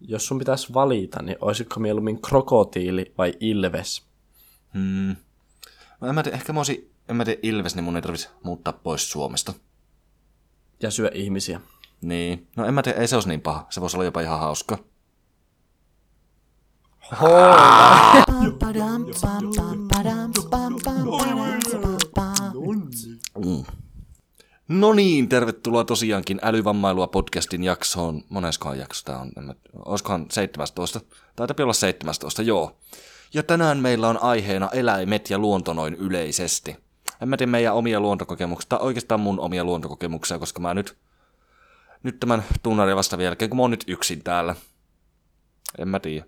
Jos sun pitäisi valita, niin olisitko mieluummin krokotiili vai ilves? Hmm. No en mä tiedä, ehkä mä olisin, en mä tiedä Ilves, niin mun ei tarvitsisi muuttaa pois Suomesta. Ja syö ihmisiä. Niin. No en mä tiedä, ei se olisi niin paha. Se voisi olla jopa ihan hauska. Mm. No niin, tervetuloa tosiaankin Älyvammailua podcastin jaksoon. Moneskohan jakso tämä on? En mä, olisikohan 17? Taitapi olla 17, joo. Ja tänään meillä on aiheena eläimet ja luonto noin yleisesti. En mä tiedä meidän omia luontokokemuksia, tai oikeastaan mun omia luontokokemuksia, koska mä nyt, nyt tämän tunnarin vasta jälkeen, kun mä oon nyt yksin täällä. En mä tiedä.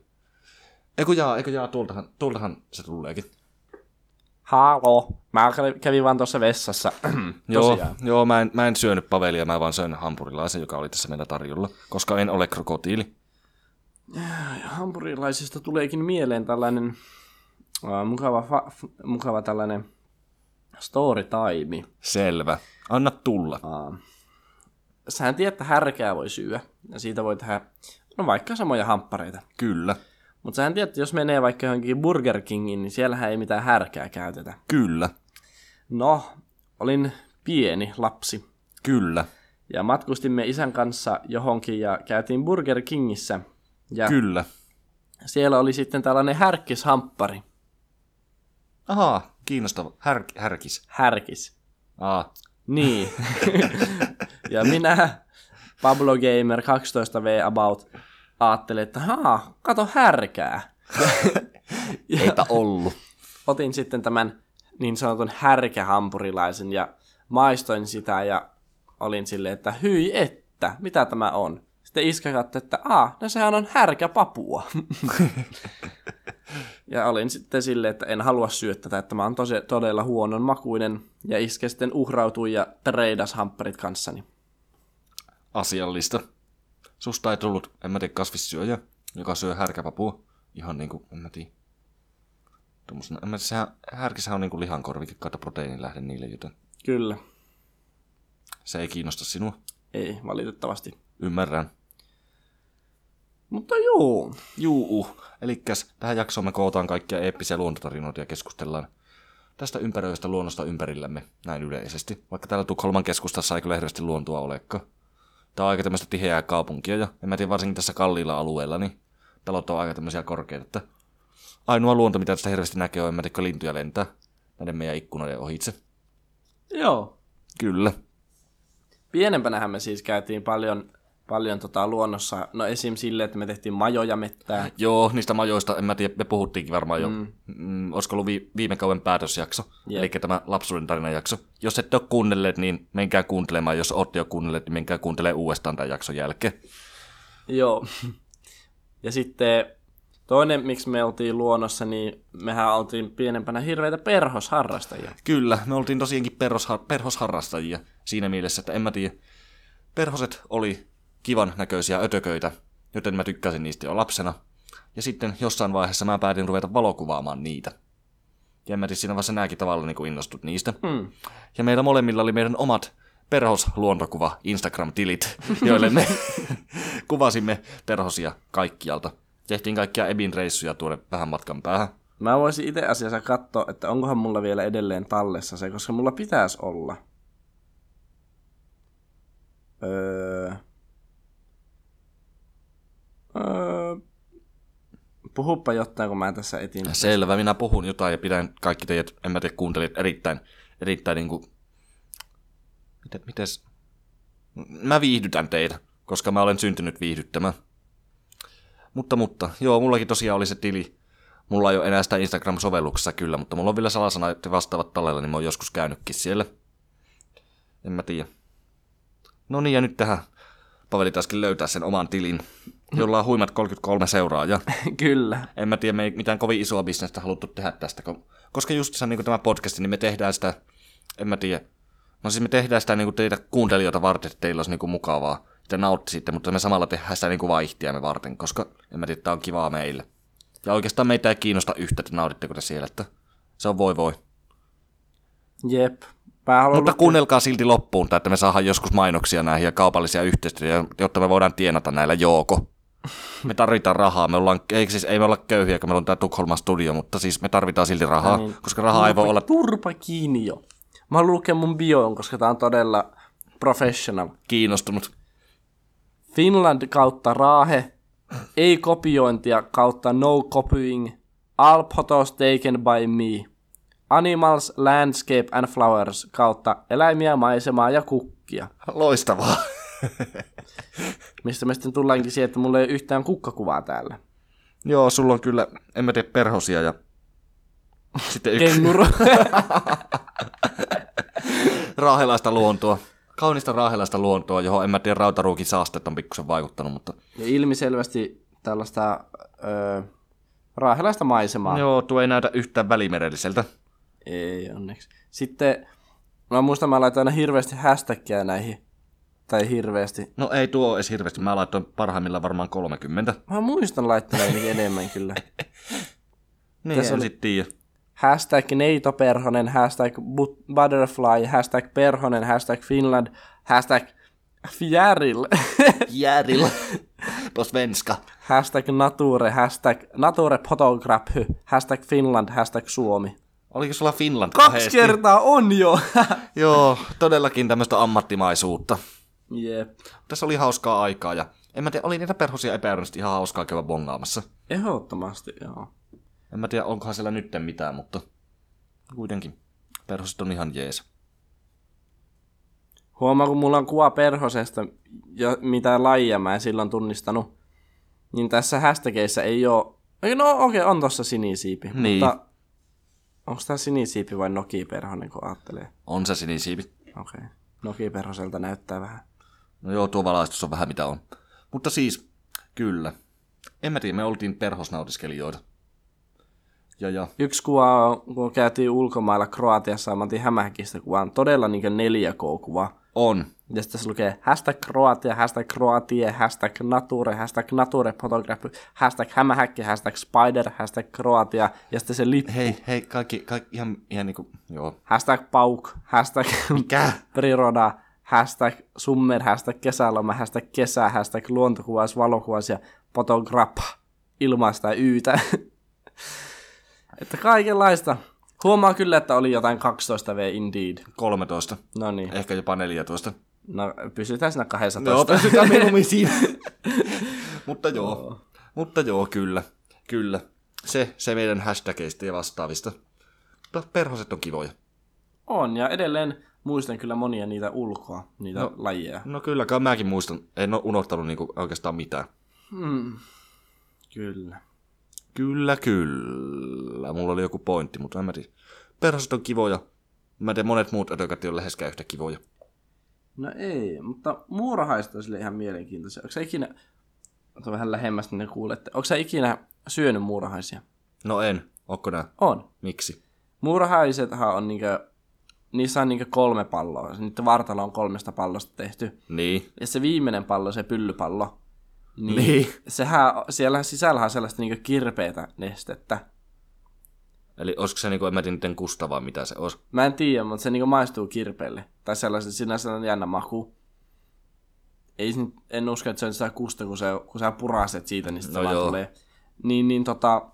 Eiku jaa, eiku jaa, tuoltahan, tuoltahan se tuleekin. Halo, mä kävin vaan tuossa vessassa. Joo, joo mä, en, mä en syönyt pavelia, mä vaan söin hampurilaisen, joka oli tässä meillä tarjolla, koska en ole krokotiili. hampurilaisista tuleekin mieleen tällainen äh, mukava, fa, f, mukava tällainen story time. Selvä. Anna tulla. Äh, sähän tiedät, että härkää voi syödä ja siitä voi tehdä no vaikka samoja hamppareita. Kyllä. Mutta sähän tiedät, että jos menee vaikka johonkin Burger Kingiin, niin siellähän ei mitään härkää käytetä. Kyllä. No, olin pieni lapsi Kyllä. ja matkustimme isän kanssa johonkin ja käytiin Burger Kingissä. Ja Kyllä. siellä oli sitten tällainen härkkishamppari. Ahaa, kiinnostava. Här, härkis. Härkis. Aa, Niin. ja minä, Pablo Gamer 12V about, ajattelin, että haa, kato härkää. eipä ollut. Otin sitten tämän niin sanotun härkähampurilaisen ja maistoin sitä ja olin silleen, että hyi että, mitä tämä on? Sitten iskä katsoi, että aa, no sehän on härkäpapua. ja olin sitten silleen, että en halua syödä tätä, että tämä on tosi, todella huonon makuinen. Ja iskä sitten uhrautui ja treidas hampparit kanssani. Asiallista. Susta ei tullut, en mä tiedä, kasvissyöjä, joka syö härkäpapua. Ihan niinku, en mä tiedä. Tuommoisena, en mä, sehän, härkisähän on niinku lihankorvike kautta proteiinilähde niille, joten Kyllä. se ei kiinnosta sinua. Ei, valitettavasti. Ymmärrän. Mutta joo, Juu, elikkäs tähän jaksoon me kootaan kaikkia eeppisiä luontotarinoita ja keskustellaan tästä ympäröivästä luonnosta ympärillämme näin yleisesti, vaikka täällä Tukholman keskustassa ei kyllä hirveästi luontoa olekaan. Tää on aika tämmöistä tiheää kaupunkia ja en mä tiedä varsinkin tässä kalliilla alueella, niin talot on aika tämmöisiä korkeita, että ainoa luonto mitä tästä hirveästi näkee on, en mä tiedä, kun lintuja lentää näiden meidän ikkunoiden ohitse. joo. Kyllä. Pienempänähän me siis käytiin paljon, paljon tota luonnossa, no esim. sille, että me tehtiin majoja mettää. Joo, niistä majoista, en mä tiedä, me puhuttiinkin varmaan jo. Mm. Mm, olisiko ollut vi- viime kauden päätösjakso, Jep. yep. eli tämä lapsuuden tarinan jakso. Jos ette ole kuunnelleet, niin menkää kuuntelemaan. Jos olette jo kuunnelleet, niin menkää kuuntelemaan uudestaan tämän jakson jälkeen. Joo. Ja sitten toinen, miksi me oltiin luonnossa, niin mehän oltiin pienempänä hirveitä perhosharrastajia. Kyllä, me oltiin tosiaankin perhosha- perhosharrastajia siinä mielessä, että en mä tiedä. Perhoset oli kivan näköisiä ötököitä, joten mä tykkäsin niistä jo lapsena. Ja sitten jossain vaiheessa mä päätin ruveta valokuvaamaan niitä. Ja en mä tiedä, siinä vaiheessa nääkin tavalla niin innostut niistä. Mm. Ja meillä molemmilla oli meidän omat perhosluontokuva Instagram-tilit, joille me kuvasimme perhosia kaikkialta. Tehtiin kaikkia Ebin reissuja tuonne vähän matkan päähän. Mä voisin itse asiassa katsoa, että onkohan mulla vielä edelleen tallessa se, koska mulla pitäisi olla. Öö... Öö... Puhuppa jotain, kun mä tässä etin. Selvä, minä puhun jotain ja pidän kaikki teidät, en mä tiedä, kuuntelijat erittäin, erittäin niinku... Miten, mites? Mä viihdytän teitä, koska mä olen syntynyt viihdyttämään. Mutta, mutta, joo, mullakin tosiaan oli se tili. Mulla ei ole enää sitä Instagram-sovelluksessa kyllä, mutta mulla on vielä salasana että vastaavat tallella, niin mä oon joskus käynytkin siellä. En mä tiedä. No niin, ja nyt tähän Paveli taaskin löytää sen oman tilin, jolla on huimat 33 seuraajaa Kyllä. en mä tiedä, me ei mitään kovin isoa bisnestä haluttu tehdä tästä, kun, koska just se niin tämä podcast, niin me tehdään sitä, en mä tiedä, no siis me tehdään sitä niin kuin teitä kuuntelijoita varten, että teillä olisi niin kuin mukavaa, te nauttisitte, mutta me samalla tehdään sitä niin kuin vaihtiamme varten, koska en mä tiedä, tämä on kivaa meille. Ja oikeastaan meitä ei kiinnosta yhtä, että nautitteko te siellä, että se on voi voi. Jep. Mä haluan Mutta Mutta... kuunnelkaa silti loppuun, tai että me saadaan joskus mainoksia näihin ja kaupallisia yhteistyötä, jotta me voidaan tienata näillä jooko. Me tarvitaan rahaa. Me ollaan, ei, siis, ei me olla köyhiä, kun meillä on tämä Tukholman studio, mutta siis me tarvitaan silti No rahaa, niin. niin. koska rahaa ei voi olla Turpa kiinni jo. Mä haluan lukea mun bioon, koska tää on todella professional. kiinnostunut. Finland kautta Raahe, ei kopiointia kautta no copying, all photos taken by me, animals, landscape and flowers kautta eläimiä, maisemaa ja kukkia. Loistavaa. Mistä me sitten tullaankin siihen, että mulla ei ole yhtään kukkakuvaa täällä. Joo, sulla on kyllä, en mä tiedä, perhosia ja sitten yksi Kenguru. raahelaista luontoa. Kaunista raahelaista luontoa, johon en mä tiedä, rautaruukin saasteet on pikkusen vaikuttanut, mutta... ja ilmiselvästi tällaista öö, raahelaista maisemaa. Joo, tuo ei näytä yhtään välimerelliseltä. Ei onneksi. Sitten, mä muistan, mä laitan aina hirveästi hashtagia näihin. Tai hirveästi. No ei tuo ole edes hirveästi, mä laitoin parhaimmillaan varmaan 30. Mä muistan laittaneeni enemmän kyllä. Niin, Tässä Tässä en oli- sit tiedä. Hashtag neitoperhonen, hashtag but- butterfly, hashtag perhonen, hashtag Finland, hashtag fjäril, Järillä. På svenska. hashtag nature, hashtag nature photography, hashtag Finland, hashtag Suomi. Oliko sulla Finland Kaksi kahdesti? kertaa on jo! Joo, todellakin tämmöistä ammattimaisuutta. Jep. Tässä oli hauskaa aikaa ja en mä tiedä, oli niitä perhosia epäilyisesti ihan hauskaa käydä bongaamassa. Ehdottomasti, joo. En mä tiedä, onkohan siellä nytten mitään, mutta kuitenkin. Perhoset on ihan jees. Huomaa, kun mulla on kuva perhosesta, ja mitä lajia mä en silloin tunnistanut, niin tässä hashtageissa ei oo... Ei, No okei, okay, on tossa sinisiipi, Niin. mutta onko tää sinisiipi vai nokiperhonen, kun ajattelee? On se sinisiivi. Okei. Okay. Nokiperhoselta näyttää vähän. No joo, tuo valaistus on vähän mitä on. Mutta siis, kyllä. En mä tiedä, me oltiin perhosnautiskelijoita. Ja ja, Yksi kuva, on, kun käytiin ulkomailla Kroatiassa, mä otin Hämähäkistä kuvan, todella niin 4K-kuva. on. Ja sitten tässä lukee hashtag Kroatia, hashtag Kroatie, hashtag Nature, hashtag Nature Photography, hashtag Hämähäkki, hashtag Spider, hashtag Kroatia, ja sitten se lippu, Hei, hei, kaikki, kaikki ihan, ihan niinku, joo. hashtag Pauk, hashtag Mikä? Priroda, hashtag Summer, hashtag Kesäloma, hashtag Kesä, hashtag Luontokuvaus, Valokuvaus ja Photograph, ilman sitä yytä. että kaikenlaista. Huomaa kyllä, että oli jotain 12 V indeed. 13, No niin, ehkä jopa 14. no pysytään siinä 200. Joo, pysytään mieluummin siinä. Mutta joo, mutta joo, kyllä, kyllä. Se, se meidän hashtageista ja vastaavista. Mutta perhoset on kivoja. On, ja edelleen muistan kyllä monia niitä ulkoa, niitä no. lajeja. No kyllä, kai mäkin muistan. En ole unohtanut niinku oikeastaan mitään. Kyllä. Kyllä, kyllä. Mulla oli joku pointti, mutta en mä tiedä. Perhoset on kivoja. Mä teen monet muut ötökät ei ole läheskään yhtä kivoja. No ei, mutta muurahaista on sille ihan mielenkiintoisia. Onko sä ikinä, ota vähän lähemmäs, niin ne kuulette. Onko sä ikinä syönyt muurahaisia? No en. Onko nää? On. Miksi? Muurahaisethan on niinkö, niissä on niinkö kolme palloa. Niiden vartalo on kolmesta pallosta tehty. Niin. Ja se viimeinen pallo, se pyllypallo, niin, Niin. sehän, siellä sisällä on sellaista niinkö kirpeätä nestettä. Eli olisiko se niinku, en mä tiedä niiden kusta vaan mitä se olisi. Mä en tiedä, mutta se niinku maistuu kirpeelle. Tai sellaisen, siinä on sellainen jännä maku. Ei, se nyt- en usko, että se on sitä kusta, kun, se, kun sä puraset siitä, niin sit se No vaan joo. tulee. Niin, niin tota,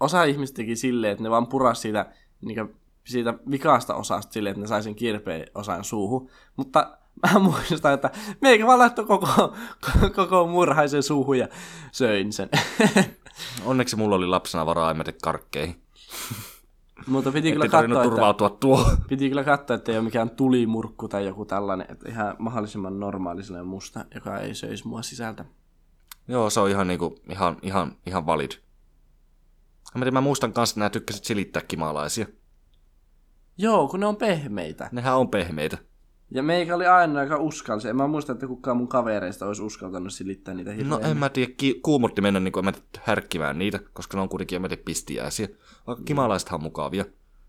osa ihmistä teki silleen, että ne vaan puras siitä, niin siitä vikasta osasta silleen, että ne sai sen kirpeän osan suuhun. Mutta mä muistan, että meikä vaan laittoi koko, koko murhaisen suuhun ja söin sen. Onneksi mulla oli lapsena varaa, en mä tee karkkeihin. Mutta piti kyllä Ei tarvinnut katsoa, että turvautua tuohon. Piti kyllä katsoa, että ei ole mikään tulimurkku tai joku tällainen, että ihan mahdollisimman normaali sellainen musta, joka ei söisi mua sisältä. Joo, se on ihan, niinku, ihan, ihan, ihan valid. Mä, tiedän, mä muistan kanssa, että nämä tykkäsit silittää kimalaisia. Joo, kun ne on pehmeitä. Nehän on pehmeitä. Ja meikä oli aina joka uskalsi. En mä muista, että kukaan mun kavereista olisi uskaltanut silittää niitä No hirveän. en mä tiedä, ki- kuumotti mennä niin kuin, en mä tiedä, härkkimään niitä, koska ne on kuitenkin en mä tiedä, pistiäisiä. Vaikka kimalaisethan on mukavia.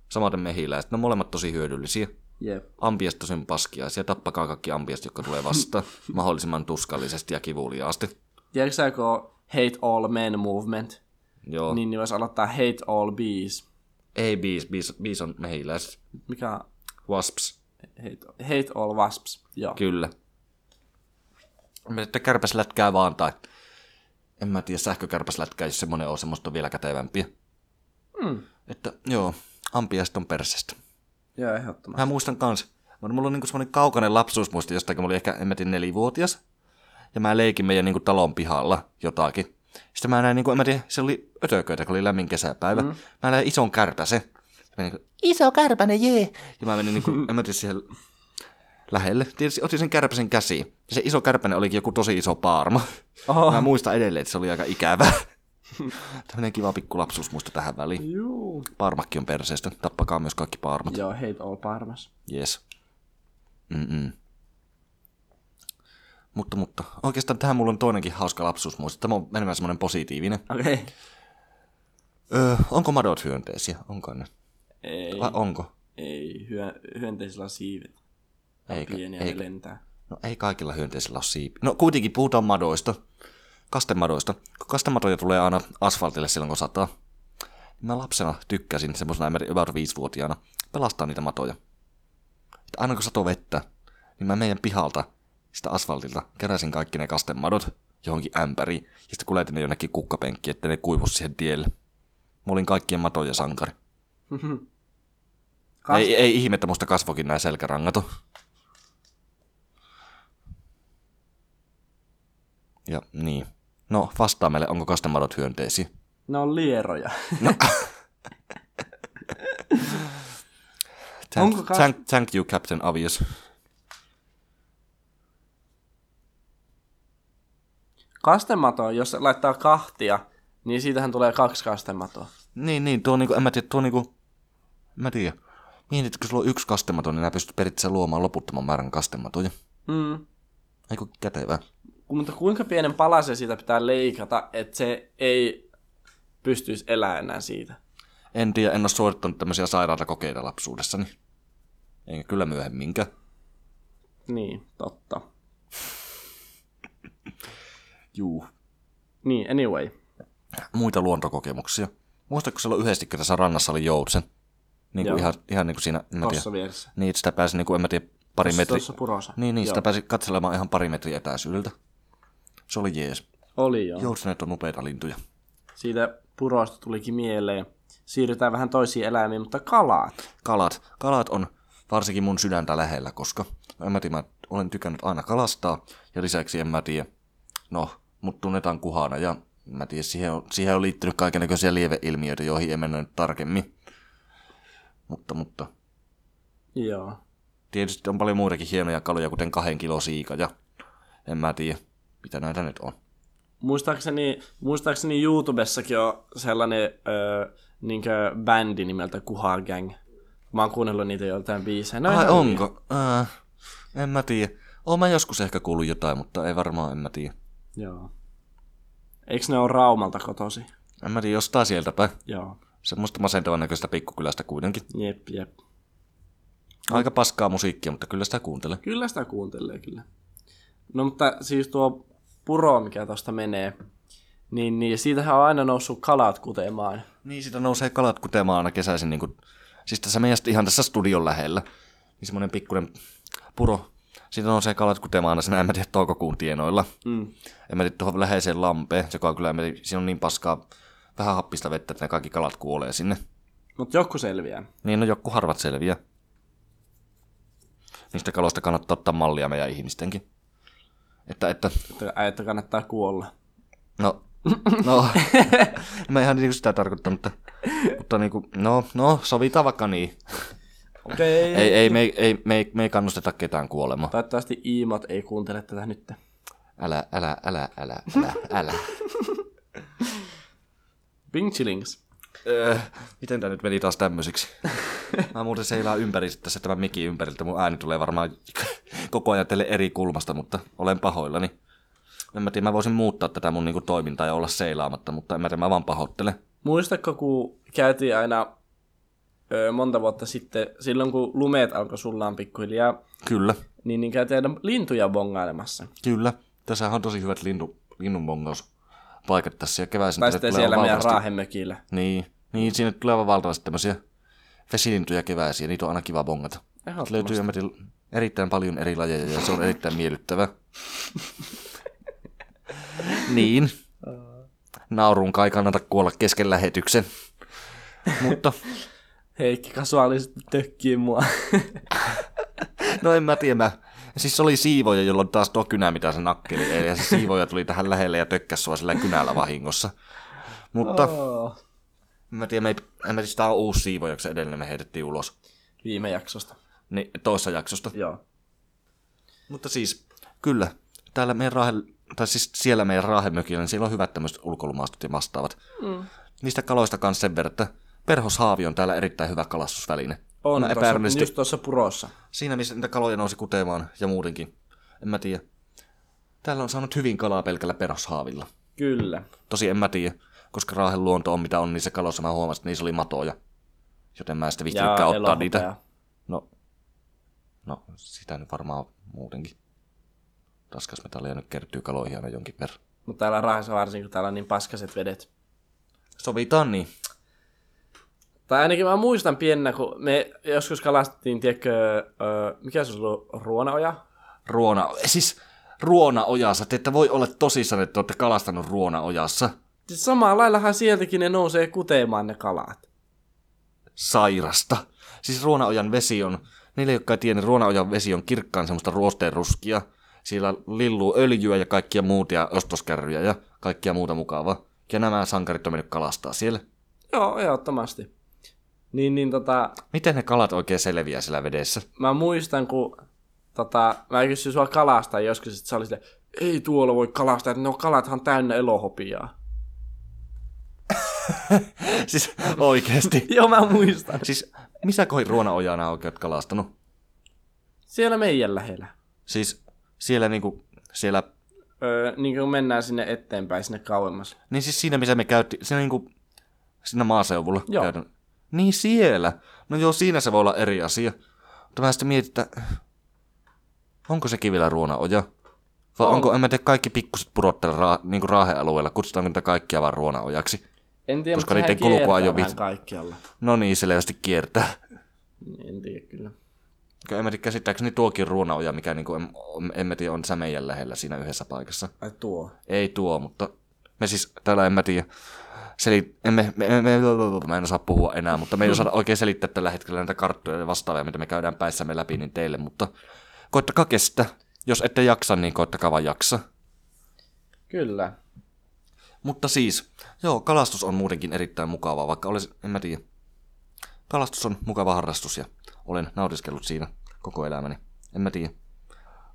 Samaten mehiläiset, ne on molemmat tosi hyödyllisiä. Jep. Ampiast tosi paskiaisia, tappakaa kaikki ampiast, jotka tulee vastaan, mahdollisimman tuskallisesti ja kivuliaasti. Tiedätkö sä, kun on Hate All Men Movement, Joo, niin. niin ne voisi aloittaa Hate All Bees. ei biis, biis, biis on mehiläiset. Mikä on Wasps, Hate, hate All Wasps? Joo. kyllä. Mä tiedän, Että kärpäs lätkää vaan tai en mä tiedä, sähkökärpäslätkä, jos semmonen on, semmoista on vielä kätevämpiä. Mm. Että joo, ampiaiset on persestä. Joo, ehdottomasti. Mä muistan kans, mutta mulla on niinku semmoinen kaukainen lapsuusmuisti jostakin, mä olin ehkä, en mä tiedä, nelivuotias. Ja mä leikin meidän niinku talon pihalla jotakin. Sitten mä näin, niinku, en mä tiedä, se oli ötököitä, kun oli lämmin kesäpäivä. Mm. Mä näin ison kärpäsen. Mä niinku, iso kärpänen, jee! Ja mä menin, niinku, en mä tiedä, siihen lähelle. Tietysti otin sen kärpäsen käsiin. Ja se iso kärpänen olikin joku tosi iso paarma. Oho. Mä muistan edelleen, että se oli aika ikävä. Tämmönen kiva pikku lapsuusmuisto tähän väliin. Juu. Paarmakki on perseestä. Tappakaa myös kaikki paarmat. Joo, hate all parmas. Yes. Mm-mm. Mutta, mutta oikeastaan tähän mulla on toinenkin hauska lapsuusmuisto. Tämä on enemmän semmoinen positiivinen. Okei. Okay. Öö, onko madot hyönteisiä? Onko ne? Ei, Vai onko? ei. Hyö, hyönteisillä on siivet. Ne on Eikä, pieniä eikä. ne lentää. No ei kaikilla hyönteisillä ole siipi. No kuitenkin puhutaan madoista. Kastemadoista. Kun kastemadoja tulee aina asfaltille silloin kun sataa. niin Mä lapsena tykkäsin semmoisena emmeri- about viisivuotiaana pelastaa niitä matoja. Et aina kun sato vettä, niin mä meidän pihalta sitä asfaltilta keräsin kaikki ne kastemadot johonkin ämpäriin. Ja sitten kuljetin ne jonnekin kukkapenkkiin, että ne kuivus siihen tielle. Mä olin kaikkien matojen sankari. Kas- Ei, ei ihme, että musta kasvokin nämä selkärangato. Ja niin. No, vastaa meille, onko kastemadot hyönteisiä? Ne on lieroja. Thank, Onko kas- thank, thank you, Captain Obvious. Kastemato, jos se laittaa kahtia, niin siitähän tulee kaksi kastematoa. Niin, niin, tuo on niinku, en mä tiedä, tuo on niinku, en mä tiedä. Mietit, kun sulla on yksi kastematon, niin nää pystyt periaatteessa luomaan loputtoman määrän kastematoja. Mm. Aiku kätevää. Mutta kuinka pienen palasen siitä pitää leikata, että se ei pystyisi elämään enää siitä? En tiedä, en ole suorittanut tämmöisiä sairaita kokeita lapsuudessani. Enkä kyllä myöhemminkään. Niin, totta. Juu. Niin, anyway. muita luontokokemuksia. Muistatko silloin yhdesti, kun tässä rannassa oli joutsen? Niin Joo. kuin ihan, ihan niin kuin siinä, en mä tiedä. Tossa vieressä. Niin, että sitä pääsi, niin kuin, en mä tiedä, pari metri. Tuossa purossa. Niin, niin sitä pääsi katselemaan ihan pari metriä etäisyydeltä. Se oli jees. Oli joo. Joutsenet on upeita lintuja. Siitä purosta tulikin mieleen. Siirrytään vähän toisiin eläimiin, mutta kalat. Kalat. Kalat on varsinkin mun sydäntä lähellä, koska en mä tiedä, mä olen tykännyt aina kalastaa. Ja lisäksi en mä tiedä, no, mut tunnetaan kuhana ja en mä tiedä, siihen on, siihen on liittynyt kaikenlaisia lieveilmiöitä, joihin ei mennä nyt tarkemmin. Mutta, mutta Joo. Tietysti on paljon muitakin hienoja kaloja, kuten kahden kilo siika ja en mä tiedä, mitä näitä nyt on. Muistaakseni, muistaakseni YouTubessakin on sellainen öö, niinkö bändi nimeltä Kuha Gang. Mä oon kuunnellut niitä joltain biisejä. No Ai ihan onko? Äh, en mä tiedä. Oon mä joskus ehkä kuullut jotain, mutta ei varmaan, en mä tiedä. hyvin. Joo. Eiks ne ole Raumalta kotosi? En mä tiedä, jostain sieltäpä. Joo. Semmoista masentavan näköistä pikkukylästä kuitenkin. Jep, jep. Aika paskaa musiikkia, mutta kyllä sitä kuuntelen. Kyllä sitä kuuntelee kyllä. No mutta siis tuo puro, mikä tosta menee, niin, niin siitähän on aina noussut kalat kutemaan. Niin, sitä nousee kalat kutemaan aina kesäisin. Niin kuin, siis tässä meidän ihan tässä studion lähellä. Niin semmonen pikkuinen puro. Siitä nousee kalat kutemaan aina sen, en mä tiedä, toukokuun tienoilla. Mm. En mä tiedä tuohon läheiseen lampeen, joka on kyllä, en mä tiedä, siinä on niin paskaa vähän happista vettä, että ne kaikki kalat kuolee sinne. Mutta joku selviää. Niin no joku harvat selviää. Niistä kaloista kannattaa ottaa mallia meidän ihmistenkin. Että, että, Että, ai, että kannattaa kuolla. no, no, en mä ihan niinku sitä tarkoittaa, mutta, mutta niinku, no, no, sovitaan vaikka niin. Okei. Ei, ei, me, ei, ei, me, ei, me ei kannusteta ketään kuolemaan. Toivottavasti Iimot ei kuuntele tätä nyt. Älä, älä, älä, älä, älä, älä. Bing chillings. Öö, miten tämä nyt meni taas tämmöiseksi? Mä muuten seilaan ympäri tässä tämän mikin ympäriltä. Mun ääni tulee varmaan koko ajan teille eri kulmasta, mutta olen pahoillani. En mä tiedä, mä voisin muuttaa tätä mun niinku toimintaa ja olla seilaamatta, mutta en mä tiedä, mä vaan pahoittelen. Muistatko, kun käytiin aina ö, monta vuotta sitten, silloin kun lumeet alkoi sullaan pikkuhiljaa, Kyllä, niin, niin käytiin aina lintuja bongailemassa. kyllä. Tässä on tosi hyvät linnu, linnunbongauspaikat tässä ja keväisin Tai tänne sitten tulee siellä meidän valtavasti- raahemökillä. Niin, niin sinne tulee aivan valtavasti tämmöisiä vesilintuja keväisiä, niitä on aina kiva bongata. Ehdottomasti. Löytyy ammatil- erittäin paljon eri lajeja ja se on erittäin miellyttävä. niin. naurunkaan ei kannata kuolla kesken lähetyksen. Mutta, Heikki kasuaalisesti tökkii mua. no en mä tiedä, mä. Siis se oli siivoja, jolla on taas tuo kynä, mitä se nakkeli. Eli se siivoja tuli tähän lähelle ja tökkäsi sua sillä kynällä vahingossa. Mutta, oh. Oh. mä tiedä, me ei, en mä siis tää on uusi siivoja, kun se edellinen me heitettiin ulos. Viime jaksosta. Niin, toissa jaksosta. Joo. Mutta siis, kyllä, täällä meidän raahe, tai siis siellä meidän raahemökillä, niin siellä on hyvät tämmöiset ulkoilumaastot ja vastaavat. Mm. Niistä kaloista kanssa sen verran, että perhoshaavi on täällä erittäin hyvä kalastusväline. On Mä tuossa, epäilyllisesti- just tuossa purossa. Siinä, missä niitä kaloja nousi kutemaan ja muutenkin. En mä tiedä. Täällä on saanut hyvin kalaa pelkällä perhoshaavilla. Kyllä. Tosi en mä tiedä, koska raahen luonto on mitä on niissä kaloissa. Mä huomasin, että niissä oli matoja. Joten mä en sitten viittinytkään ottaa elohopea. niitä. No, no, sitä nyt varmaan muutenkin. Raskasmetallia nyt kertyy kaloihin aina jonkin verran. Mutta täällä Raahessa varsinkin, kun täällä on niin paskaset vedet. Sovitaan niin. Tai ainakin mä muistan piennä, kun me joskus kalastettiin, tiedätkö, ö, mikä se olisi ollut, ruonaoja? Ruona, siis ruonaojassa. Te ette voi olla tosissaan, että olette kalastanut ruonaojassa. Siis samalla laillahan sieltäkin ne nousee kutemaan ne kalat. Sairasta. Siis ruonaojan vesi on, niille jotka ei tiedä, niin ruonaojan vesi on kirkkaan semmoista ruosteenruskia. Siellä lilluu öljyä ja kaikkia muuta ja ostoskärryjä ja kaikkia muuta mukavaa. Ja nämä sankarit on mennyt kalastaa siellä. Joo, ehdottomasti. Niin, niin tota, Miten ne kalat oikein selviää siellä vedessä? mä muistan, kun tota, mä kysyin sua kalastaa joskus, että sä olit silleen, ei tuolla voi kalastaa, että no kalathan täynnä elohopiaa. siis oikeesti. Joo, mä muistan. Siis missä kohin ruonaojana oikein kalastanut? Siellä meidän lähellä. Siis siellä niinku, siellä Öö, niin kun mennään sinne eteenpäin, sinne kauemmas. Niin siis siinä, missä me käytiin, siinä, niinku, siinä maaseuvulla Joo. käytän. Niin siellä. No joo, siinä se voi olla eri asia. Mutta mä sitten mietin, että onko sekin vielä ruonaoja? Vai onko, en mä tiedä, kaikki pikkuset purot täällä raa, niinku raahealueella, kutsutaanko niitä kaikkia vaan ruonaojaksi? En tiedä, Koska mutta niiden sehän kulkua kiertää jo vähän vit- kaikkialla. No niin, selvästi kiertää. En tiedä kyllä. En mä tiedä, käsittääkseni tuokin ruonaoja, mikä niinku, en, en mä tiedä, on sä meidän lähellä siinä yhdessä paikassa. Ai tuo. Ei tuo, mutta me siis täällä en mä tiedä. Seli, emme, me, me, me, mä en osaa puhua enää, mutta me ei osata oikein selittää tällä hetkellä näitä karttoja ja vastaavia, mitä me käydään päissämme läpi, niin teille, mutta koittakaa kestä. Jos ette jaksa, niin koittakaa vaan jaksa. Kyllä. Mutta siis, joo, kalastus on muutenkin erittäin mukavaa, vaikka olisi, en mä tiedä. Kalastus on mukava harrastus ja olen nautiskellut siinä koko elämäni. En mä tiedä.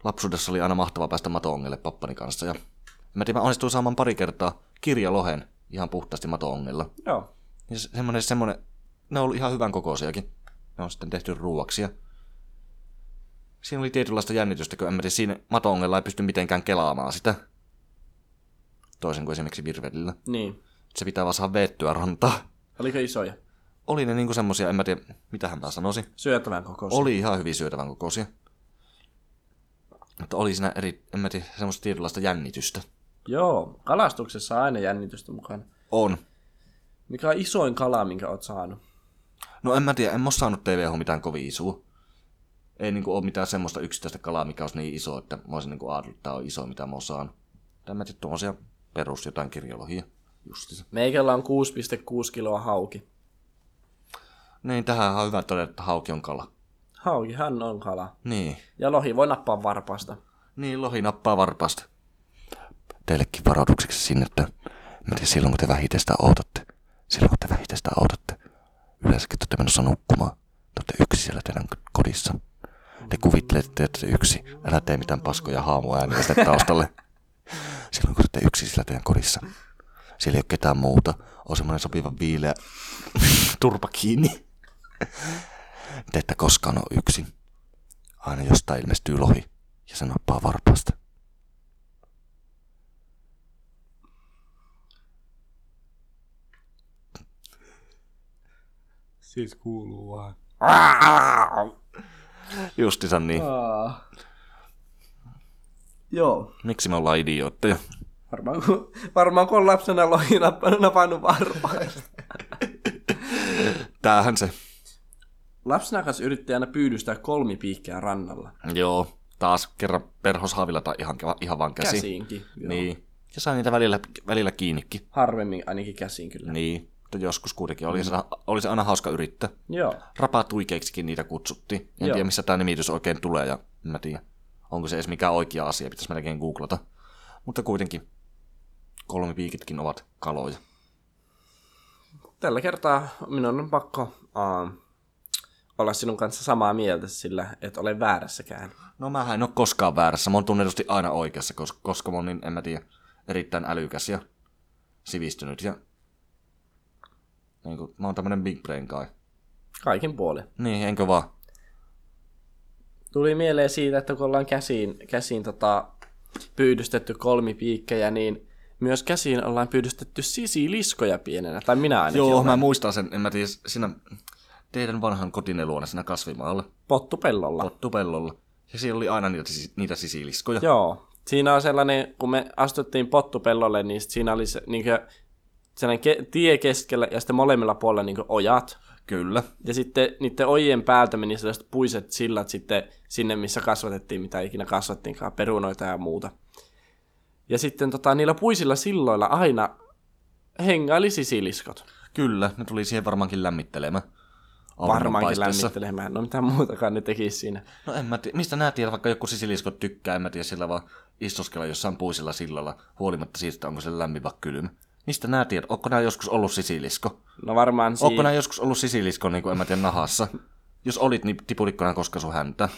Lapsuudessa oli aina mahtavaa päästä matoongelle pappani kanssa ja en mä tiedä, mä onnistuin saamaan pari kertaa kirjalohen ihan puhtaasti matoongella. Joo. Ja se- semmonen, semmonen, ne on ollut ihan hyvän kokoisiakin. Ne on sitten tehty ruuaksi ja siinä oli tietynlaista jännitystä, kun en mä tiedä, siinä matoongella ei pysty mitenkään kelaamaan sitä. Toisin kuin esimerkiksi virvelillä Niin. se pitää vaan saada veettyä rantaa. Oliko isoja? Oli ne niinku semmosia, en mä tiedä, mitähän mä sanoisin. Syötävän kokoisia. Oli ihan hyvin syötävän kokoisia. Mutta oli siinä eri, en mä tiedä, semmoista tietynlaista jännitystä. Joo. Kalastuksessa on aina jännitystä mukana. On. Mikä on isoin kala, minkä oot saanut? No en mä tiedä, en mä oo saanut TVH mitään kovin isua. Ei niinku oo mitään semmoista yksittäistä kalaa, mikä olisi niin iso, että mä olisin niinku ajatellut, että tää on iso, mitä mä oon saanut. Tai mä tiedä, tuommoisia perus jotain kirjalohia. Siis- Justiinsa. Meikällä on 6,6 kiloa hauki. Niin, tähän on hyvä todeta, että hauki on kala. Haukihan on kala. Niin. Ja lohi voi nappaa varpaasta. Niin, lohi nappaa varpaasta. Teillekin varoitukseksi sinne, että mä tiedän, silloin kun te vähiten sitä odotatte, silloin kun te vähiten sitä odotatte, yleensäkin te olette menossa nukkumaan. Te olette yksi siellä teidän kodissa. Te kuvittelette, että te olette yksin. Älä tee mitään paskoja haamuääniä sinne taustalle. Silloin kun te olette yksin siellä teidän kodissa. Siellä ei ole ketään muuta. On semmoinen sopiva viileä turpa kiinni. Te ette koskaan ole yksin. Aina jostain ilmestyy lohi ja se nappaa varpaasta. Siis kuuluu vaan. Justiinsa niin. Aa. Joo. Miksi me ollaan idiootteja? Varmaan kun, varmaan kun on lapsena lohi nappanut, napannut varpaasta. Tämähän se. Lapsena kanssa yritti aina pyydystää kolmipiikkeä rannalla. Joo. Taas kerran perhoshaavilla tai ihan, ihan vaan käsi. Käsiinkin. Joo. Niin. Ja saa niitä välillä, välillä kiinnikin. Harvemmin ainakin käsiin kyllä. Niin, mutta joskus kuitenkin oli, Mm. se, oli se aina hauska yrittää. Joo. Rapatuikeiksikin niitä kutsuttiin. En Joo. tiedä, missä tämä nimitys oikein tulee ja en mä tiedä, onko se edes mikään oikea asia, pitäisi melkein googlata. Mutta kuitenkin, kolmipiikitkin ovat kaloja. Tällä kertaa minun on pakko uh, olla sinun kanssa samaa mieltä sillä, et ole väärässäkään. No mä en ole koskaan väärässä, mä oon tunnetusti aina oikeassa, koska, koska mä oon niin, en mä tiedä, erittäin älykäs ja sivistynyt ja niin kuin, mä oon tämmönen big brain guy. Kaikin puolin. Niin, enkö vaan? Tuli mieleen siitä, että kun ollaan käsiin, käsiin tota, pyydystetty kolmipiikkejä, niin myös käsiin ollaan pyydystetty sisiliskoja pienenä, tai minä ainakin. Joo, olen. mä muistan sen, en mä tiedä, siinä teidän vanhan kotine luona siinä kasvimaalla, Pottupellolla. pottupellolla. Ja siellä oli aina niitä, sisi- niitä sisiliskoja. Joo. Siinä on sellainen, kun me astuttiin pottupellolle, niin sit siinä oli se, niin kuin, sellainen ke- tie keskellä ja sitten molemmilla puolella niin ojat. Kyllä. Ja sitten niiden ojien päältä meni sellaiset puiset sillat sitten sinne, missä kasvatettiin, mitä ikinä kasvattiinkaan, perunoita ja muuta. Ja sitten tota, niillä puisilla silloilla aina hengaili sisiliskot. Kyllä, ne tuli siihen varmaankin lämmittelemään. Auringon Varmaankin paisteessa. lämmittelemään. No mitään muutakaan ne tekisi siinä. No en mä tiedä, mistä nää tiedä, vaikka joku sisiliskot tykkää, en mä tiedä, sillä vaan istuskella jossain puisilla sillalla, huolimatta siitä, onko se lämmin vai kylmä. Mistä nää tiedät? Onko nää joskus ollut sisilisko? No varmaan si- Onko nää joskus ollut sisilisko, niin kuin en mä tiedä, nahassa? Jos olit, niin tipuliko nää koska sun häntä?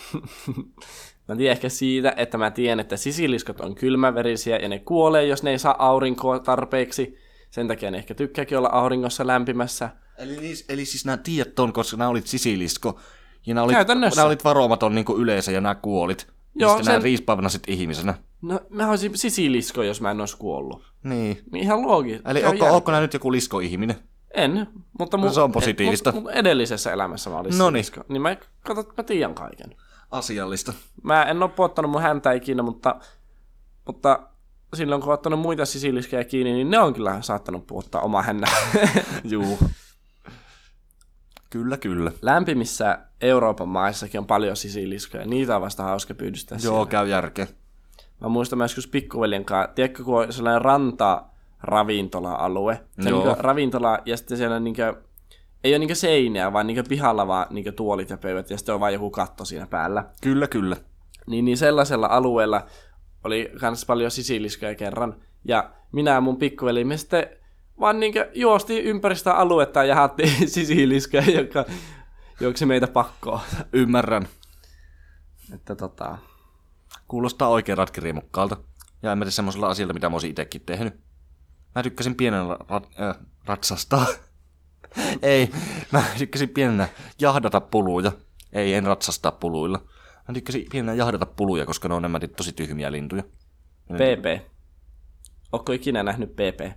Mä tiedän ehkä siitä, että mä tiedän, että sisiliskot on kylmäverisiä ja ne kuolee, jos ne ei saa aurinkoa tarpeeksi. Sen takia ne ehkä tykkääkin olla auringossa lämpimässä. Eli, niis- eli siis nää tiedät ton, koska nää olit sisilisko. Ja nää olit, Käytännössä. nää olit varomaton niin kuin yleensä ja nää kuolit. Joo, Joo, ja sitten sen... nää sen- riispäivänä sit ihmisenä. No, mä olisin sisilisko, jos mä en olisi kuollut. Niin. Niin ihan loogista. Eli onko, onko nää nyt joku liskoihminen? En, mutta mun, No se on positiivista. No Mut, mut edellisessä elämässä mä olin Noniin. sisilisko. Niin mä, kato, mä tiedän kaiken. Asiallista. Mä en oo puottanut mun häntä ikinä, mutta, mutta silloin kun oon ottanut muita sisiliskejä kiinni, niin ne on kyllä saattanut puottaa oma hännä. Juu. Kyllä, kyllä. lämpimissä Euroopan maissakin on paljon sisiliskoja. Niitä on vasta hauska pyydystää Joo. Joo, käy järkeä. Mä muistan mä joskus pikkuveljen kanssa, tiedätkö, kun on sellainen ranta ravintola-alue. Se Joo. on niin ravintola ja sitten siellä on niin kuin, ei ole niin seinää, vaan niin pihalla vaan niin tuolit ja pöydät ja sitten on vain joku katto siinä päällä. Kyllä, kyllä. Niin, niin sellaisella alueella oli kans paljon sisiliskoja kerran. Ja minä ja mun pikkuveli, me sitten vaan niin juostiin ympäri sitä aluetta ja haettiin sisiliskoja, joka juoksi meitä pakkoon. Ymmärrän. Että tota, Kuulostaa oikein ratkiriemukkaalta. Ja en mä tiedä semmoisella asialla, mitä mä olisin itsekin tehnyt. Mä tykkäsin pienenä ra- äh, ratsastaa. Ei, mä tykkäsin pienenä jahdata puluja. Ei, en ratsastaa puluilla. Mä tykkäsin pienenä jahdata puluja, koska ne on nämä tosi tyhmiä lintuja. PP. Ootko ikinä nähnyt PP?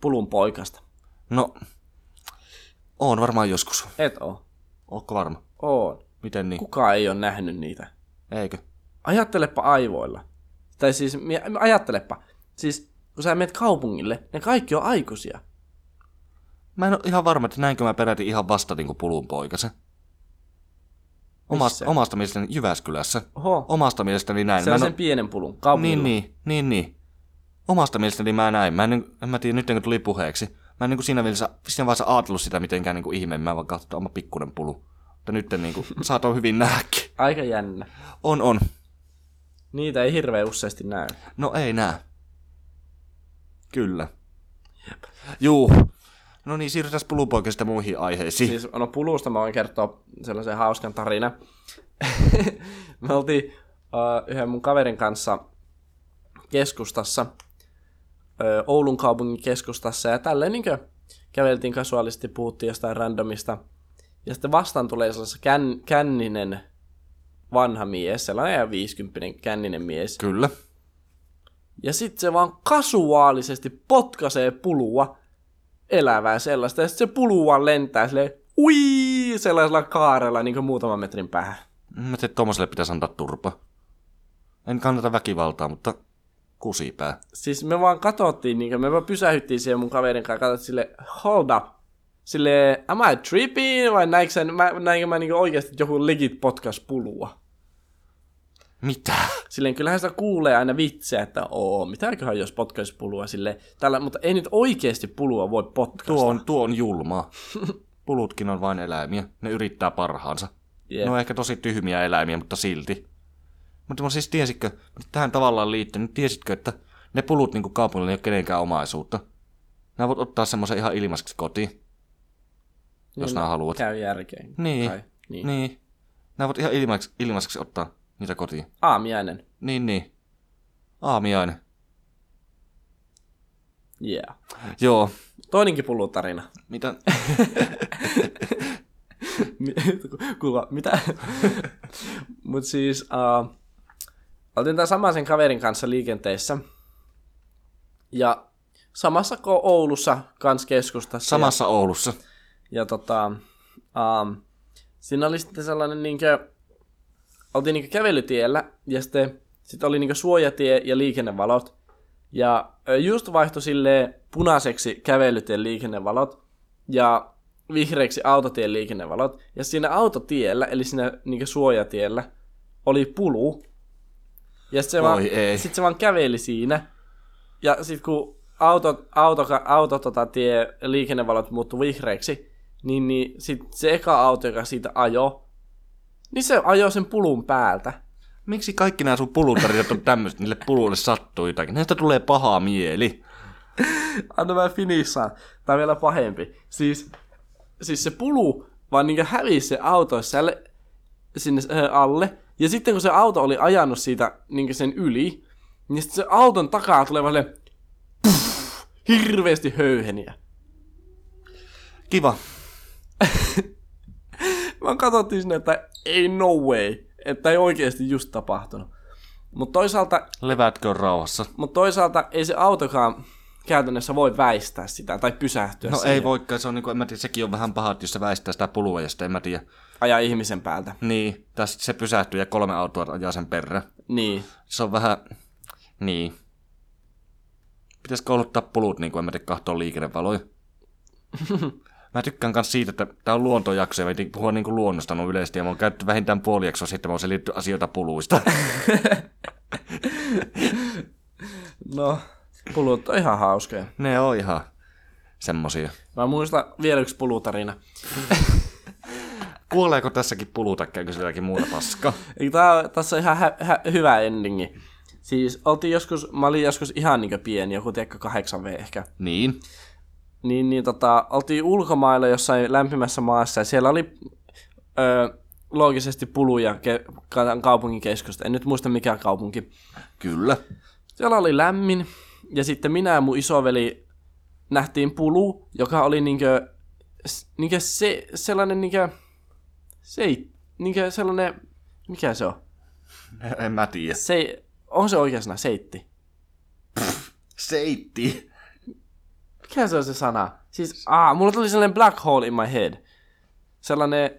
Pulun poikasta. No, on varmaan joskus. Et oo. Ootko varma? Oon. Miten niin? Kukaan ei ole nähnyt niitä. Eikö? Ajattelepa aivoilla. Tai siis, mi- ajattelepa. Siis, kun sä menet kaupungille, ne kaikki on aikuisia. Mä en ole ihan varma, että näinkö mä peräti ihan vasta niin kuin pulun poikasen. Omasta, Missä? omasta mielestäni Jyväskylässä. Oho. Omasta mielestäni näin. Mä en Sellaisen oo- pienen pulun. Kaupungilla. niin, niin, niin, niin. Omasta mielestäni mä näin. Mä en, niinku- en mä tiedä, nyt kun tuli puheeksi. Mä en niin kuin siinä, välissä, siinä vaiheessa ajatellut sitä mitenkään niin kuin ihme. Mä vaan katsoin, että oma pikkuinen pulu. Mutta nyt niin kuin, saatoin hyvin nähdäkin. Aika jännä. On, on. Niitä ei hirveän useasti näy. No ei näe. Kyllä. Juu. No niin, siirrytään pulupoikasta muihin aiheisiin. Siis no pulusta mä voin kertoa sellaisen hauskan tarina. me oltiin uh, yhden mun kaverin kanssa keskustassa, ö, Oulun kaupungin keskustassa, ja tälleen niin käveltiin kasuaalisesti, puhuttiin jostain randomista. Ja sitten vastaan tulee sellaisen kän, känninen vanha mies, sellainen ihan 50 känninen mies. Kyllä. Ja sitten se vaan kasuaalisesti potkasee pulua elävää sellaista. Ja sitten se pulu vaan lentää silleen ui sellaisella kaarella niin kuin muutaman metrin päähän. Mä tiedän, tuommoiselle pitäisi antaa turpa. En kannata väkivaltaa, mutta kusipää. Siis me vaan katsottiin, niin kuin, me vaan pysähyttiin siihen mun kaverin kanssa, katsottiin sille hold up. Sille am I niinku tripping vai näinkö, sen, mä, näinkö mä niin oikeasti että joku legit potkas pulua? Mitä? Silleen kyllähän sitä kuulee aina vitsejä, että oo, mitäköhän jos potkaisi pulua sille, tällä, mutta ei nyt oikeasti pulua voi potkaista. Tuo on, tuo on julmaa. Pulutkin on vain eläimiä. Ne yrittää parhaansa. Jep. Ne on ehkä tosi tyhmiä eläimiä, mutta silti. Mutta mä siis tiesitkö, nyt tähän tavallaan liittyen, nyt tiesitkö, että ne pulut niinku kaupungilla ei ole kenenkään omaisuutta. Nämä voit ottaa semmoisen ihan ilmaiseksi kotiin, jos Niin, nää haluat. Käy järkeen. Niin. Kai. niin. Niin. niin. Nämä voit ihan ilmaiseksi, ilmaiseksi ottaa niitä kotiin. Aamiainen. Niin, niin. Aamiainen. Yeah. Joo. Toinenkin pullutarina. Mitä? Mi- Kuulla, mitä? Mut siis, uh, oltiin tämän samaisen kaverin kanssa liikenteessä. Ja samassa ko Oulussa kans keskustassa. Samassa Oulussa. Ja, ja tota, uh, siinä oli sitten sellainen niinkö, oltiin niinkö kävelytiellä ja sitten sit oli niinkö suojatie ja liikennevalot. Ja ö, just vaihtoi silleen punaiseksi kävelytien liikennevalot ja vihreiksi autotien liikennevalot. Ja siinä autotiellä, eli siinä niinkö suojatiellä, oli pulu. Ja sit se, vaan, ei. sit se vaan käveli siinä. Ja sit kun auto, auto, auto tota, tie, liikennevalot muuttu vihreiksi, niin, niin sit se eka auto, joka siitä ajo, niin se ajoi sen pulun päältä. Miksi kaikki nämä sun pulutarinat on tämmöiset, niille puluille sattuu jotakin? Näistä tulee paha mieli. Anna mä finissaan. Tää on vielä pahempi. Siis, siis se pulu vaan niinku hävisi se auto sälle, sinne ö, alle. Ja sitten kun se auto oli ajanut siitä niinku sen yli, niin sitten se auton takaa tulee vaan silleen, puff, hirveästi höyheniä. Kiva. Mä katsottiin sinne, että ei no way. Että ei oikeasti just tapahtunut. Mutta toisaalta, Levätkö rauhassa? mut toisaalta ei se autokaan käytännössä voi väistää sitä tai pysähtyä No siihen, ei voikaan, se on niinku, en mä tiedä, sekin on vähän paha, että jos se väistää sitä pulua ja sitten en mä tiedä. ajaa ihmisen päältä. Niin, tai sit se pysähtyy ja kolme autoa ajaa sen perään. Niin. Se on vähän, niin. Pitäisikö kouluttaa pulut, niin kuin en mä tiedä, kahtoa liikennevaloja? mä tykkään myös siitä, että tämä on luontojakso ja me ei puhua niin kuin luonnosta no yleisesti. Ja mä oon käytetty vähintään puoli jaksoa sitten, mä oon selitty asioita puluista. No, pulut on ihan hauskoja. ne on ihan semmosia. Mä muistan vielä yksi pulutarina. Kuoleeko tässäkin puluta, käykö sillä jotakin muuta paskaa? Eikö Tää on, tässä on ihan hä- hä- hyvä endingi. Siis oltiin joskus, mä olin joskus ihan niin pieni, joku tiedätkö 8V ehkä. niin. Niin, niin tota, oltiin ulkomailla jossain lämpimässä maassa ja siellä oli öö, loogisesti puluja ke- ka- kaupungin keskusta. En nyt muista mikä kaupunki. Kyllä. Siellä oli lämmin, ja sitten minä ja mun isoveli nähtiin pulu, joka oli niinkö, s- niinkö se, sellainen niinkö, se, niinkö sellainen, mikä se on? En mä tiedä. Se, on se oikea sana, seitti. Seitti. Mikä se on se sana? Siis, aa, mulla tuli sellainen black hole in my head. Sellainen,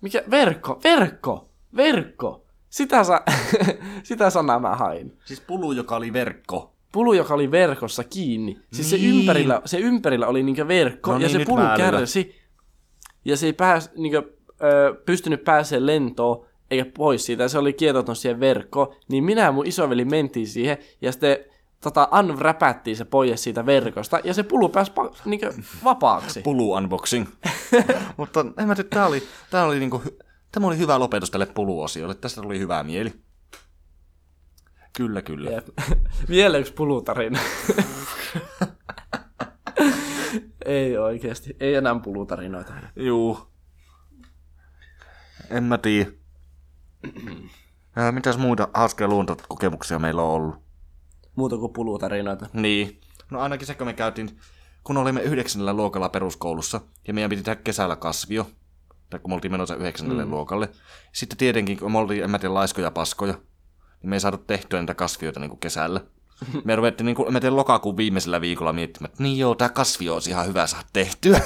mikä, verkko, verkko, verkko. Sitä, sa, sitä sanaa mä hain. Siis pulu, joka oli verkko. pulu, joka oli verkossa kiinni. Siis niin. se, Niin. ympärillä, se ympärillä oli niinkö verkko, No ja niin, se nyt pulu mä älyn. kärsi. Ja se ei pääs, niinkö, ö, pystynyt pääsee lentoon eikä pois siitä, ja se oli kietoutunut siihen verkkoon. Niin minä ja mun isoveli mentiin siihen, ja sitten tota, unwrapättiin se pois siitä verkosta, ja se pulu pääsi pa- niinkö, vapaaksi. Pulu unboxing. Mutta en mä tiedä, tää oli, tää oli niinku, hy- tämä oli hyvä lopetus tälle puluosiolle. Tästä tuli hyvä mieli. Kyllä, kyllä. Jep. Vielä yksi pulutarina. ei oikeasti, ei enää pulutarinoita. Juu. En mä tiedä. Ää, Mitäs muita hauskoja luontokokemuksia meillä on ollut? Muuta kuin pulutarinoita. Niin. No ainakin se, kun me käytiin, kun olimme yhdeksännellä luokalla peruskoulussa, ja meidän piti tehdä kesällä kasvio, tai kun me oltiin menossa yhdeksännelle mm. luokalle. Sitten tietenkin, kun me oltiin, en mä tiedä, laiskoja paskoja, niin me ei saatu tehtyä niitä kasvioita niin kuin kesällä. Me ruvettiin, niin kuin, mä tein lokakuun viimeisellä viikolla miettimään, että niin joo, tämä kasvio olisi ihan hyvä saada tehtyä.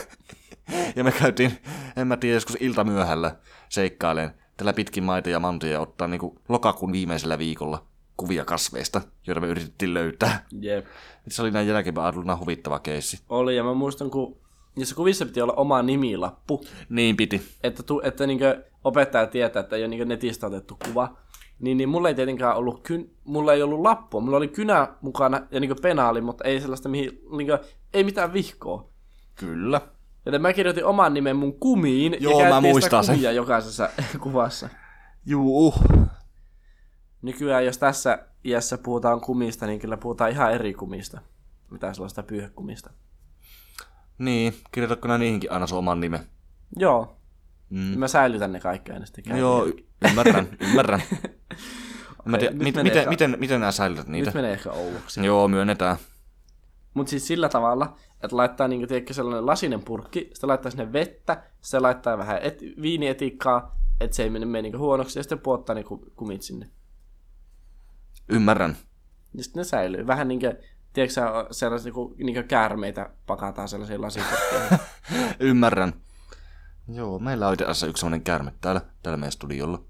ja me käytiin, en mä tiedä, joskus iltamyöhällä seikkaileen tällä pitkin maita ja mantuja ja ottaa niin kuin lokakuun viimeisellä viikolla kuvia kasveista, joita me yritettiin löytää. Jep. Se oli näin jälkeenpäin ajateltuna huvittava keissi. Oli, ja mä muistan, kun Niissä kuvissa piti olla oma nimilappu, Niin piti. että, tu, että niinkö opettaja tietää, että ei ole niinkö netistä otettu kuva. Niin, niin mulla ei tietenkään ollut, kyn, mulla ei ollut lappua, mulla oli kynä mukana ja niinkö penaali, mutta ei sellaista mihin, niinkö, ei mitään vihkoa. Kyllä. Joten mä kirjoitin oman nimen mun kumiin Joo, mä ja käytiin sitä muistan sen. kuvia jokaisessa kuvassa. Juu. Nykyään jos tässä iässä puhutaan kumista, niin kyllä puhutaan ihan eri kumista. Mitä sellaista pyyhekumista. Niin, kirjoitatko nää niihinkin aina sun oman nimen? Joo. Mm. Mm. Mä säilytän ne kaikki aina sitten käytän. Joo, y- ymmärrän, ymmärrän. Mä tiedän, nyt mit, menee miten, ka- miten, miten nää säilytät niitä? Nyt menee ehkä ouvuksi. Joo, myönnetään. Mutta siis sillä tavalla, että laittaa niinku, tiedätkö, sellainen lasinen purkki, sitten laittaa sinne vettä, sitten laittaa vähän et, viinietikkaa, että se ei mene, mene niinku huonoksi, ja sitten puottaa niinku kumit sinne. Ymmärrän. Ja sitten ne säilyy. Vähän niinku, tiedätkö, sä, sellaisia niinku, niinku käärmeitä pakataan sellaisiin lasipurkkeihin. Ymmärrän. Joo, meillä on itse asiassa yksi semmonen käärme täällä, täällä meidän studiolla.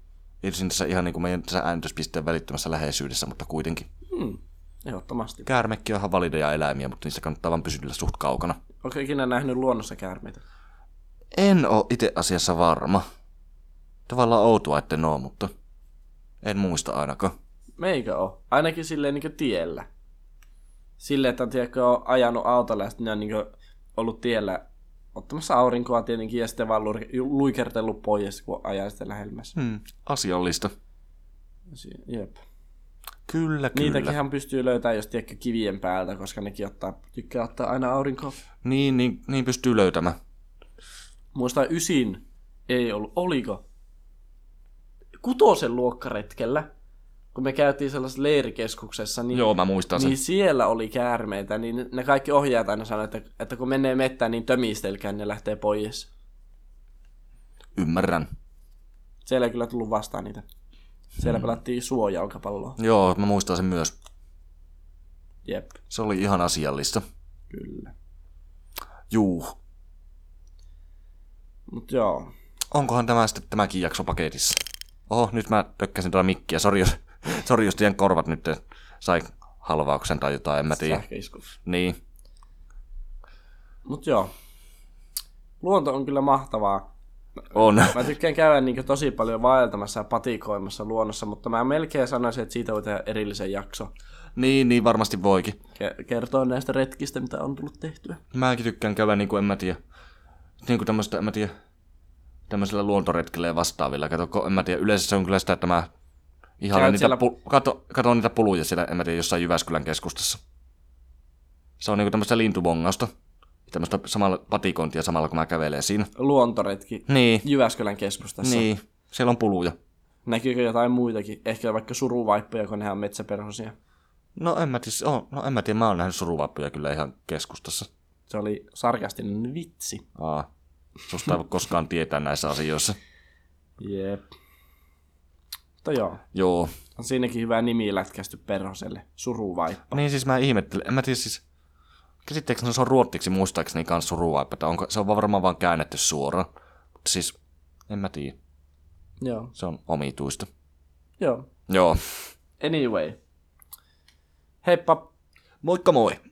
Ei siinä tässä ihan niin kuin meidän tässä äänityspisteen välittömässä läheisyydessä, mutta kuitenkin. hmm. Ehdottomasti. Käärmekin on ihan valideja eläimiä, mutta niistä kannattaa vaan pysytellä suht kaukana. Onko ikinä nähnyt luonnossa käärmeitä? En oo itse asiassa varma. Tavallaan outoa, että oo, mutta en muista ainakaan. Meikö oo? Ainakin silleen niinku tiellä. Silleen, että on, tiedätkö, on ajanut autolla ja sitten ne on niinku ollut tiellä ottamassa aurinkoa tietenkin ja sitten vaan luik- luikertellut pois, kun ajaa sitten lähemmäs. Hmm, asiallista. Si- Jep. Kyllä, kyllä. Niitäkinhän pystyy löytämään, jos tiedätkö, kivien päältä, koska nekin ottaa, tykkää ottaa aina aurinkoa. Niin, niin, niin pystyy löytämään. Muista ysin ei ollut, oliko? Kutosen luokkaretkellä, kun me käytiin sellaisessa leirikeskuksessa, niin Joo, mä muistan sen. Niin siellä oli käärmeitä, niin ne kaikki ohjaajat aina sanoi, että, että kun menee mettään, niin tömistelkää, ne lähtee pois. Ymmärrän. Siellä ei kyllä tullut vastaan niitä. Siellä hmm. pelattiin suojaukapalloa. Joo, mä muistan sen myös. Jep, Se oli ihan asiallista. kyllä. Juu. Mut joo, Onkohan tämä sitten tämäkin jakso paketissa? Oho, nyt mä tökkäsin tätä mikkiä. Sori jos, sori jos teidän korvat nyt sai halvauksen tai jotain, en mä tiedä. sähköisku. Niin, Mut joo. Luonto on kyllä mahtavaa. on. Mä tykkään käydä niin tosi paljon vaeltamassa ja patikoimassa luonnossa, mutta mä melkein sanoisin, että siitä voi tehdä erillisen jakso. niin, niin varmasti voikin. Ke- kertoa näistä retkistä, mitä on tullut tehtyä. Mäkin tykkään käydä niinku, en mä tiedä. Niinku tämmöstä, en mä tiedä. Tämmöisellä luontoretkellä ja vastaavilla. Kato, ko- en mä tiedä. Yleensä se on kyllä sitä, että mä Käyt ihan niitä, siellä- pu- kato, kato, niitä puluja siellä, en mä tiedä, jossain Jyväskylän keskustassa. Se on niinku tämmöistä lintubongausta. Tämmöistä samalla patikointia samalla, kun mä kävelen siinä. Luontoretki Niin, Jyväskylän keskustassa. niin. Siellä on puluja. Näkyykö jotain muitakin? Ehkä vaikka suruvaippoja, kun nehän on metsäperhosia. No en mä tiedä, oh, no en mä tiedä, mä oon nähnyt suruvappuja kyllä ihan keskustassa. Se oli sarkastinen vitsi. Aa, susta ei voi koskaan tietää näissä asioissa. Jep. Mutta joo, Joo, on siinäkin hyvä nimi lätkästy perhoselle. Suruvaippo. Niin siis mä ihmettelen, en mä tiedä siis, käsitteeksi se on ruottiksi muistaakseni kanssa suruvaipata, onko, se on varmaan vaan käännetty suoraan, mutta siis en mä tiedä, Joo. se on omituista. Joo. Joo, Anyway. Heippa. moikka moi!